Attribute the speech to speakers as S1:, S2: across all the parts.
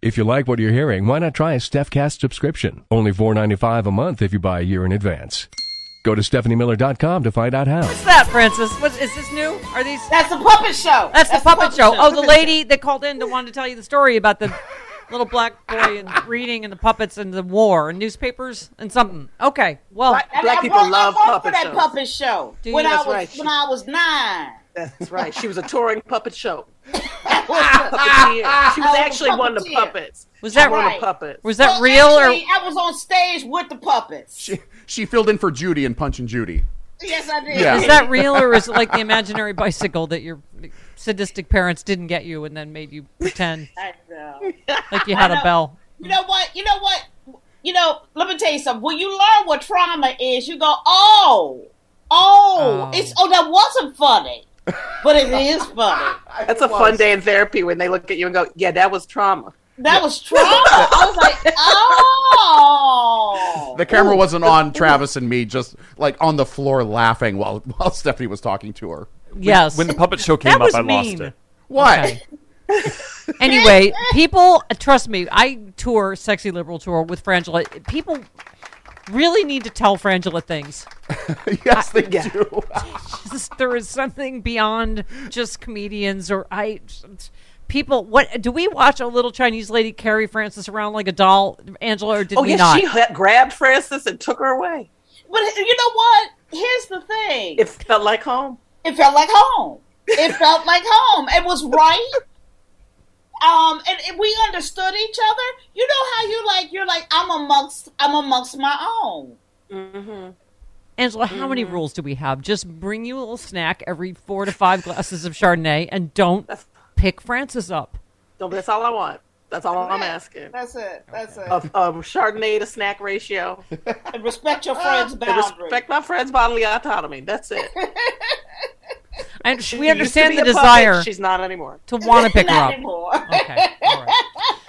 S1: If you like what you're hearing, why not try a StephCast subscription? Only $4.95 a month if you buy a year in advance. Go to StephanieMiller.com to find out how.
S2: What's that, Francis? What is this new? Are these?
S3: That's the puppet show.
S2: That's, the puppet, show. Oh, the lady that called in that wanted to tell you the story about the little black boy and reading and the puppets and the war and newspapers and something. Okay, well,
S3: I- I-
S4: Black
S3: I
S4: people
S3: worked-
S4: love
S3: I worked
S4: puppet
S3: for that
S4: shows.
S3: puppet show
S2: Do
S3: when
S2: you?
S3: I
S2: That's
S3: was
S4: right.
S3: when I was nine.
S4: That's right. She was a touring puppet show.
S3: I
S4: Puppeteer. She was
S3: was a
S4: actually one of the
S3: puppeteer.
S4: puppets.
S2: Was
S4: She
S2: that
S4: one of
S3: right?
S4: the puppets?
S2: was that
S3: Well,
S2: real
S3: actually,
S2: or?
S3: I was on stage with the puppets.
S5: She, she filled in for Judy in Punch and Judy.
S3: yes, I did.
S5: Yeah.
S2: Is that real or is it like the imaginary bicycle that your sadistic parents didn't get you and then made you pretend
S3: I know.
S2: like you had a bell?
S3: You know what? You know what? You know. Let me tell you something. When you learn what trauma is, you go, oh,
S2: Oh.
S3: oh, it's oh that wasn't funny, but it is funny.
S4: That's a fun day in therapy when they look at you and go, "Yeah, that was trauma."
S3: That was trauma. I was like, oh.
S5: The camera wasn't on Travis and me, just like on the floor laughing while while Stephanie was talking to her.
S2: Yes.
S6: When the puppet show came
S2: that
S6: up,
S2: was
S6: I
S2: mean.
S6: lost it.
S5: What?
S2: Okay. anyway, people, trust me, I tour Sexy Liberal Tour with Frangela. People really need to tell Frangela things.
S5: yes, they do.
S2: Just- there is something beyond just comedians or I. People, what do we watch? A little Chinese lady carry Francis around like a doll, Angela, or did
S4: Oh
S2: we
S4: yeah,
S2: not?
S4: she ha- grabbed Francis and took her away.
S3: But you know what? Here's the thing.
S4: It felt like home.
S3: it felt like home. It felt like home. It was right. Um, and, and we understood each other. You know how you like you're like I'm amongst I'm amongst my own.
S2: Angela, how many
S4: Mm.
S2: rules do we have? Just bring you a little snack every four to five glasses of Chardonnay, and don't pick Francis up.
S4: No, but that's all I want. That's all I'm asking.
S3: That's it. That's it.
S4: Of um, Chardonnay to snack ratio.
S3: And respect your friends'
S4: And
S3: boundaries.
S4: respect my friend's bodily autonomy. That's it.
S2: And
S4: She
S2: we
S4: used to be
S2: understand the
S4: a puppet.
S2: desire
S4: She's not anymore.
S2: to want to pick her
S3: Not
S2: up.
S3: anymore.
S2: Okay. All right.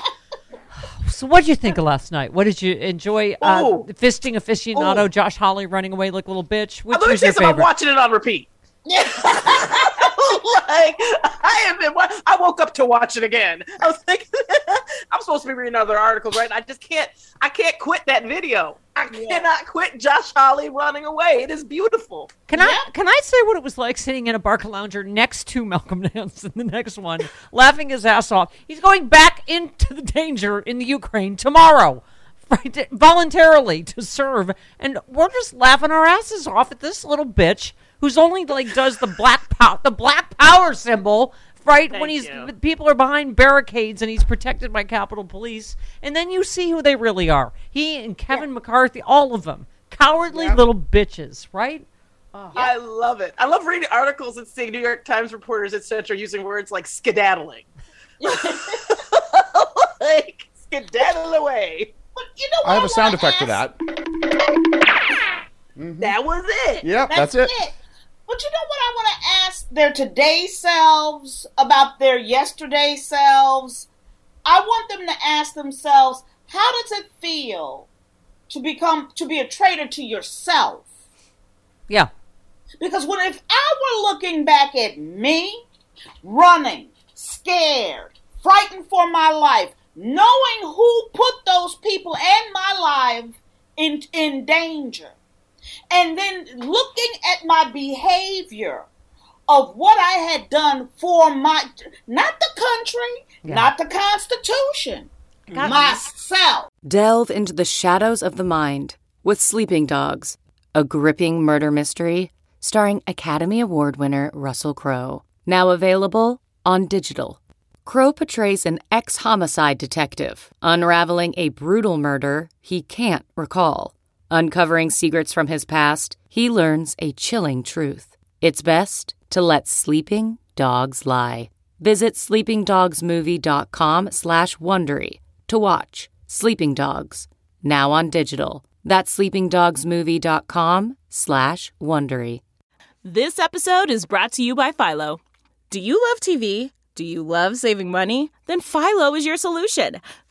S2: So what did you think of last night? What did you enjoy? Uh,
S4: Ooh.
S2: fisting aficionado
S4: Ooh.
S2: Josh Holly running away like a little bitch. Which
S4: Let me
S2: was your
S4: tell you something. I'm
S2: favorite?
S4: watching it on repeat. like I have been. wa- I woke up to watch it again. I was like, I'm supposed to be reading other articles, right? I just can't. I can't quit that video. I cannot quit Josh Holly running away. It is beautiful.
S2: Can I can I say what it was like sitting in a barca lounger next to Malcolm Nance in the next one, laughing his ass off? He's going back into the danger in the Ukraine tomorrow, right? to- voluntarily to serve, and we're just laughing our asses off at this little bitch who's only like does the black pow- the black power symbol. Right when
S4: Thank
S2: he's
S4: you.
S2: people are behind barricades and he's protected by Capitol Police, and then you see who they really are. He and Kevin McCarthy, all of them, cowardly little bitches, right?
S4: I love it. I love reading articles and seeing New York Times reporters, etc., using words like skedaddling, like skedaddle away.
S3: But you know what
S5: I have a sound
S3: wanna
S5: effect for
S3: ask?
S5: that.
S4: That was it.
S5: Yep,
S3: That's, it. But you know what I want to ask their today selves about their yesterday selves? I want them to ask themselves, how does it feel to become to be a traitor to yourself?
S2: Yeah.
S3: Because when if I were looking back at me, running, scared, frightened for my life, knowing who put those people and my life in in danger, And then looking at my behavior of what I had done for my, not the country, not the Constitution, myself.
S6: Delve into the shadows of the mind with Sleeping Dogs, a gripping murder mystery starring Academy Award winner Russell Crowe. Now available on digital. Crowe portrays an ex homicide detective unraveling a brutal murder he can't recall. Uncovering secrets from his past, he learns a chilling truth. It's best to let sleeping dogs lie. Visit sleepingdogsmovie.com slash Wondery to watch Sleeping Dogs, now on digital. That's sleepingdogsmovie.com slash Wondery.
S7: This episode is brought to you by Philo. Do you love TV? Do you love saving money? Then Philo is your solution.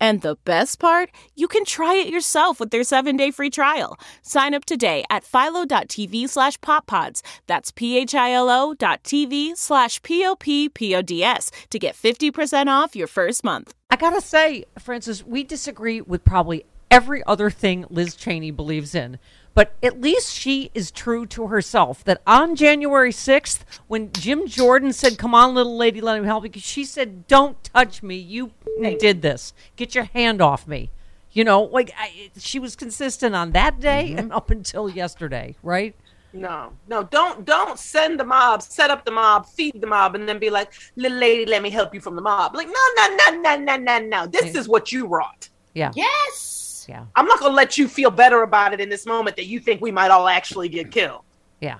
S7: And the best part, you can try it yourself with their 7-day free trial. Sign up today at philo.tv slash poppods. That's p-h-i-l-o dot tv slash p-o-p-p-o-d-s to get 50% off your first month.
S2: I gotta say, Francis, we disagree with probably every other thing Liz Cheney believes in. But at least she is true to herself. That on January 6th, when Jim Jordan said, Come on, little lady, let me help you, she said, Don't touch me. You did this. Get your hand off me. You know, like I, she was consistent on that day and up until yesterday, right?
S4: No, no, don't don't send the mob, set up the mob, feed the mob, and then be like, little lady, let me help you from the mob. Like, no, no, no, no, no, no, no. This is what you wrought.
S2: Yeah.
S3: Yes.
S2: Yeah.
S4: I'm not gonna let you feel better about it in this moment that you think we might all actually get killed.
S2: Yeah.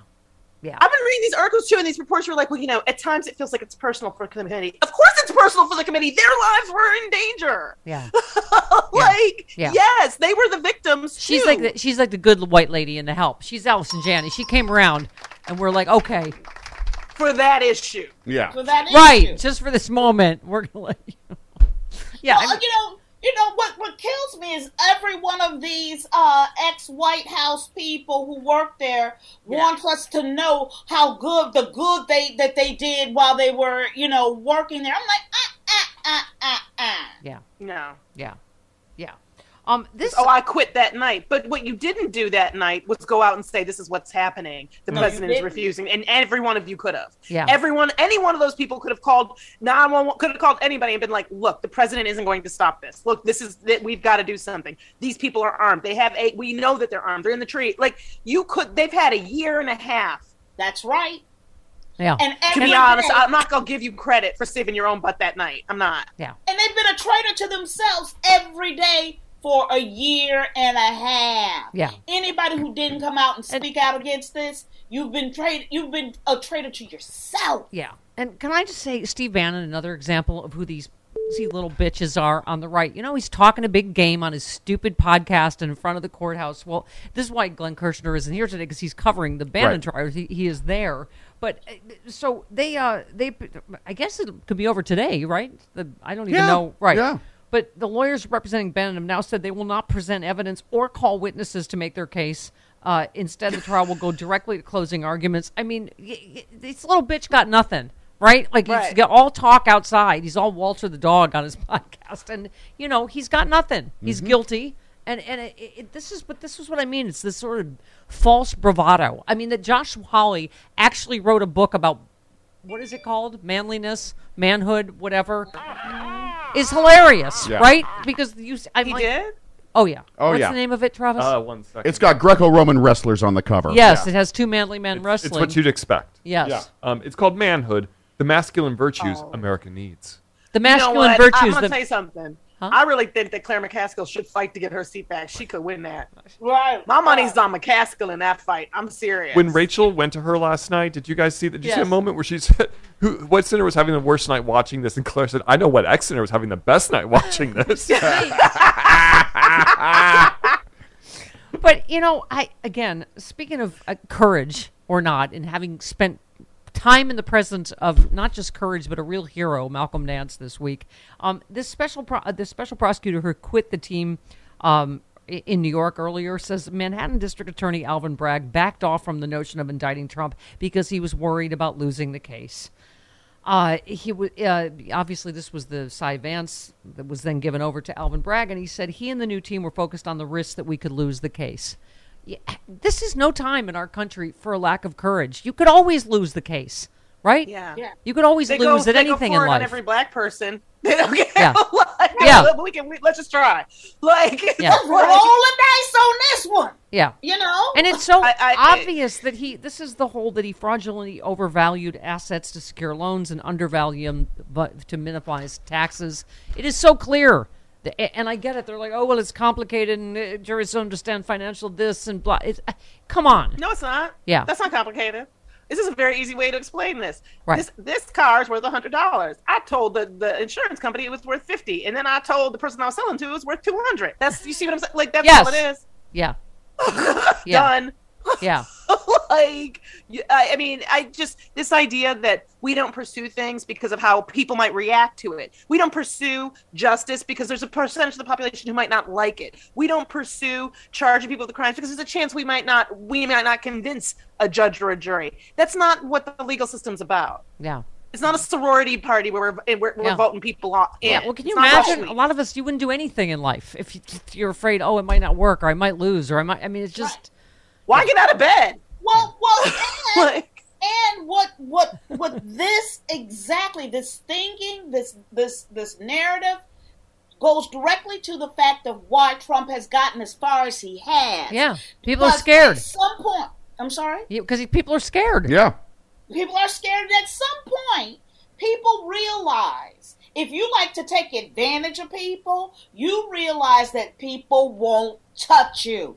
S2: Yeah.
S4: I've been reading these articles too, and these reports were like, well, you know, at times it feels like it's personal for the committee. Of course, it's personal for the committee. Their lives were in danger.
S2: Yeah.
S4: like,
S2: Yeah.
S4: yes, they were the victims.
S2: She's
S4: too.
S2: like the, she's like the good white lady in the help. She's Allison Janney. She came around, and we're like, okay,
S4: for that issue.
S5: Yeah.
S3: So that is
S2: right,
S3: you.
S2: just for this moment, we're gonna let you. yeah, I
S3: Well,
S2: mean,
S3: you know, you know what? What kills me is every one of these uh, ex-White House people who work there wants us to know how good the good they that they did while they were, you know, working there. I'm like, ah, ah, ah, ah, ah.
S2: yeah,
S4: No.
S2: yeah, yeah. Um, this
S4: Oh, I quit that night. But what you didn't do that night was go out and say, "This is what's happening. The
S3: No, you
S4: president is
S3: didn't.
S4: refusing," and every one of you could have.
S2: Yeah.
S4: Everyone, any one of those people could have called nine one one, could have called anybody and been like, "Look, the president isn't going to stop this. Look, this is that we've got to do something. These people are armed. They have a. We know that they're armed. They're in the tree. Like you could. They've had a year and a half.
S3: That's right.
S2: yeah,
S3: And
S4: To
S3: every
S4: be honest,
S3: day-
S4: I'm not gonna give you credit for saving your own butt that night. I'm not.
S2: yeah,
S3: and they've been a traitor to themselves every day for a year and a half.
S2: Yeah.
S3: Anybody who didn't come out and speak out against this, you've been tra- You've been a traitor to yourself.
S2: yeah. And can I just say, Steve Bannon, another example of who these see little bitches are on the right. You know, he's talking a big game on his stupid podcast in front of the courthouse. Well, this is why Glenn Kirshner isn't here today because he's covering the Bannon
S5: Right.
S2: trial. or he, he is there. But uh, so they, uh, they, I guess it could be over today, right? The, I don't even
S5: Yeah,
S2: know, right?
S5: yeah.
S2: But the lawyers representing Bannon have now said they will not present evidence or call witnesses to make their case. Uh, instead, the trial will go directly to closing arguments. I mean, y- y- this little bitch got nothing, right? Like he's
S4: Right.
S2: got all talk outside. He's all Walter the dog on his podcast, and you know he's got nothing. He's guilty, and and it, it, this is but this is what I mean. It's this sort of false bravado. I mean that Josh Hawley actually wrote a book about what is it called? Manliness, manhood, whatever. Is hilarious,
S5: Yeah.
S2: right? Because you, s- I'm
S4: He
S2: like,
S4: did.
S2: oh yeah,
S5: Oh,
S2: what's
S5: yeah.
S2: the name of it, Travis?
S8: Uh, one second.
S5: It's got Greco-Roman wrestlers on the cover.
S2: yes, it has two manly men
S8: It's-
S2: wrestling.
S8: It's what you'd expect.
S2: yes, Oh.
S5: Yeah.
S8: Um, it's called Manhood: The Masculine Virtues America Needs.
S2: the
S4: You know
S2: masculine
S4: what? I'm
S2: virtues.
S4: gonna
S2: the-
S4: tell you something. I really think that Claire McCaskill should fight to get her seat back. She could win that.
S3: Right.
S4: My money's on McCaskill in that fight. I'm serious.
S8: When Rachel went to her last night, did you guys see that? Did you see a
S4: Yes.
S8: moment where she said, "Who? What senator was having the worst night watching this?" And Claire said, "I know what ex senator was having the best night watching this."
S2: but you know, I again speaking of uh, courage, or not, and having spent time in the presence of not just courage but a real hero, Malcolm Nance, this week, um, this special pro- uh, this special prosecutor who quit the team. Um, i- in New York earlier says Manhattan District Attorney Alvin Bragg backed off from the notion of indicting Trump because he was worried about losing the case. Uh, he w- uh, obviously this was the Cy Vance that was then given over to Alvin Bragg, and he said he and the new team were focused on the risk that we could lose the case. Yeah, this is no time in our country for a lack of courage. You could always lose the case, right?
S4: Yeah. Yeah.
S2: You could always
S4: They
S2: lose
S4: go,
S2: at
S4: they go
S2: anything in
S4: forward on
S2: life.
S4: every black person. They don't get
S2: Yeah.
S4: like,
S2: Yeah.
S4: "Look, we can, we, let's just try. Like,
S2: Yeah.
S4: like,
S3: Roll the dice on this one.
S2: yeah.
S3: You know?
S2: And it's so
S4: I- I-
S2: obvious that he this is the whole that he fraudulently overvalued assets to secure loans and undervalued them bu- to minimize taxes. It is so clear. The- a- And I get it. They're like, oh well, it's complicated, and uh, juries don't understand financial this and blah. It's, uh, come on,
S4: No, it's not.
S2: Yeah.
S4: That's not complicated. This is a very easy way to explain this.
S2: Right.
S4: This this car is worth hundred dollars. I told the, the insurance company it was worth fifty, and then I told the person I was selling to it was worth two hundred. That's you see what I'm saying? Like that's
S2: Yes.
S4: all it is.
S2: yeah, yeah,
S4: Done.
S2: yeah,
S4: like you- I, I mean, I just this idea that we don't pursue things because of how people might react to it. We don't pursue justice because there's a percentage of the population who might not like it. We don't pursue charging people with crimes because there's a chance we might not we might not convince a judge or a jury. That's not what the legal system's about.
S2: yeah.
S4: It's not a sorority party where we're we're,
S2: Yeah.
S4: we're voting people off. in.
S2: Yeah. Well, can
S4: It's
S2: you
S4: not about
S2: imagine?
S4: we-
S2: A lot of us, you wouldn't do anything in life if, you, if you're afraid. Oh, it might not work, or I might lose, or I might. I mean, it's just
S4: Why get out of bed?
S3: Well, well, and,
S4: Like,
S3: and what, what, what? This exactly, this thinking, this, this, this narrative goes directly to the fact of why Trump has gotten as far as he has.
S2: yeah. People are
S3: Because
S2: scared
S3: At some point, I'm sorry.
S2: because people are scared.
S5: Yeah.
S3: People are scared. At some point, people realize if you like to take advantage of people, you realize that people won't touch you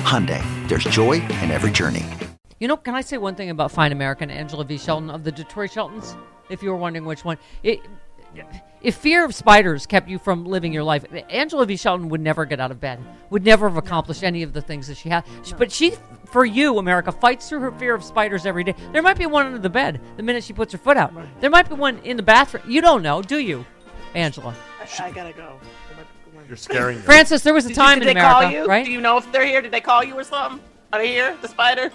S9: Hyundai, there's joy in every journey.
S2: You know, can I say one thing about Fine American Angela V. Shelton of the Detroit Sheltons? If you were wondering which one, it, if fear of spiders kept you from living your life, Angela V. Shelton would never get out of bed, would never have accomplished any of the things that she had. But she, for you, America, fights through her fear of spiders every day. There might be one under the bed the minute she puts her foot out. There might be one in the bathroom. You don't know, do you, Angela?
S4: I, I gotta go.
S8: You're scaring me.
S2: Francis, there was a
S4: Did,
S2: time
S4: did they
S2: in America,
S4: call you?
S2: right?
S4: Do you know if they're here? Did they call you or something? Are they here? The spiders?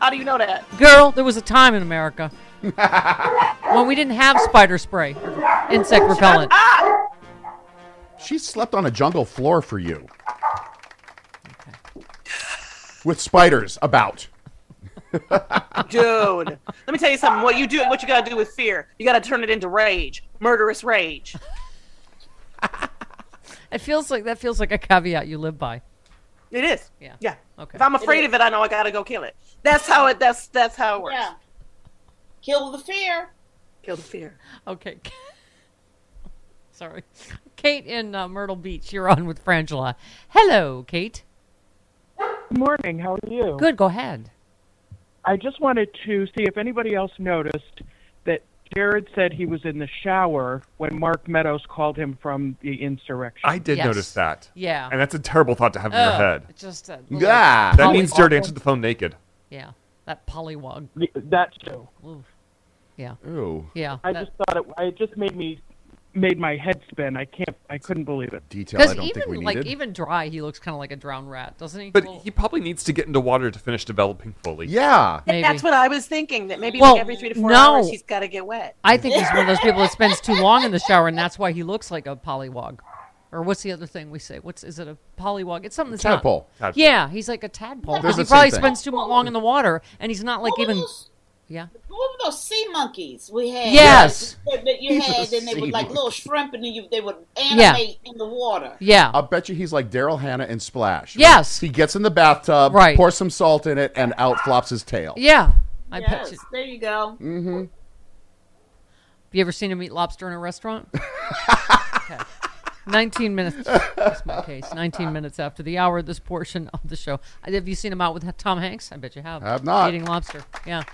S4: How do you know that?
S2: Girl, there was a time in America when we didn't have spider spray, or insect repellent.
S4: Ah!
S5: She slept on a jungle floor for you. With spiders about.
S4: Dude, let me tell you something. What you do, what you gotta do with fear, you gotta turn it into rage, murderous rage.
S2: It feels like that feels like a caveat you live by.
S4: It is.
S2: Yeah.
S4: Yeah.
S2: Okay.
S4: If I'm afraid of it, I know I gotta go kill it. That's how it. That's that's how it works.
S3: Yeah. Kill the fear.
S4: Kill the fear.
S2: Okay. Sorry. Kate in uh, Myrtle Beach, you're on with Frangela. Hello, Kate.
S10: Good morning. How are you?
S2: Good, go ahead.
S10: I just wanted to see if anybody else noticed that Jared said he was in the shower when Mark Meadows called him from the insurrection.
S8: I did
S2: Yes.
S8: notice that.
S2: Yeah.
S8: And that's a terrible thought to have in your
S2: Ugh,
S8: head.
S2: it's Just a little-
S5: Yeah.
S8: That
S2: Oh,
S8: means Jared answered the phone naked.
S2: Yeah. That polywog.
S10: The- that too.
S2: Ooh. Yeah.
S5: Ooh.
S2: Yeah.
S10: I
S2: that-
S10: just thought it. It just made me made my head spin. I can't. I couldn't believe it.
S5: Detail.
S2: Because even like even dry, he looks kind of like a drowned rat, doesn't he?
S8: But
S2: Well,
S8: he probably needs to get into water to finish developing fully.
S5: Yeah.
S2: Maybe.
S11: That's what I was thinking. That maybe
S2: Well,
S11: like every three to four
S2: no.
S11: hours he's got to get wet.
S2: I think he's one of those people that spends too long in the shower, and that's why he looks like a pollywog. Or what's the other thing we say? What's is it a pollywog? It's something that's not-
S5: Tadpole. Tadpole.
S2: Yeah, he's like a tadpole
S5: They're
S2: because he
S5: the same
S2: probably
S5: thing.
S2: spends too mu- long in the water, and he's not like even. Yeah.
S3: What were those sea monkeys we had?
S2: Yes.
S3: That, that you
S5: He's
S3: had,
S5: a
S3: and they
S5: sea
S3: would like
S5: monkey.
S3: little shrimp, and then you, they would animate in the water.
S2: Yeah.
S5: I'll bet you he's like Daryl Hannah in Splash.
S3: Yes.
S5: He gets in the bathtub,
S3: Right.
S5: pours some salt in it, and out flops his tail.
S2: Yeah. I
S3: yes,
S2: bet you.
S3: there you go.
S5: Mm-hmm.
S2: Have you ever seen him eat lobster in a restaurant? okay. 19 minutes. That's my case. 19 minutes after the hour of this portion of the show. Have you seen him out with Tom Hanks? I bet you have.
S5: I have not.
S2: Eating lobster. Yeah.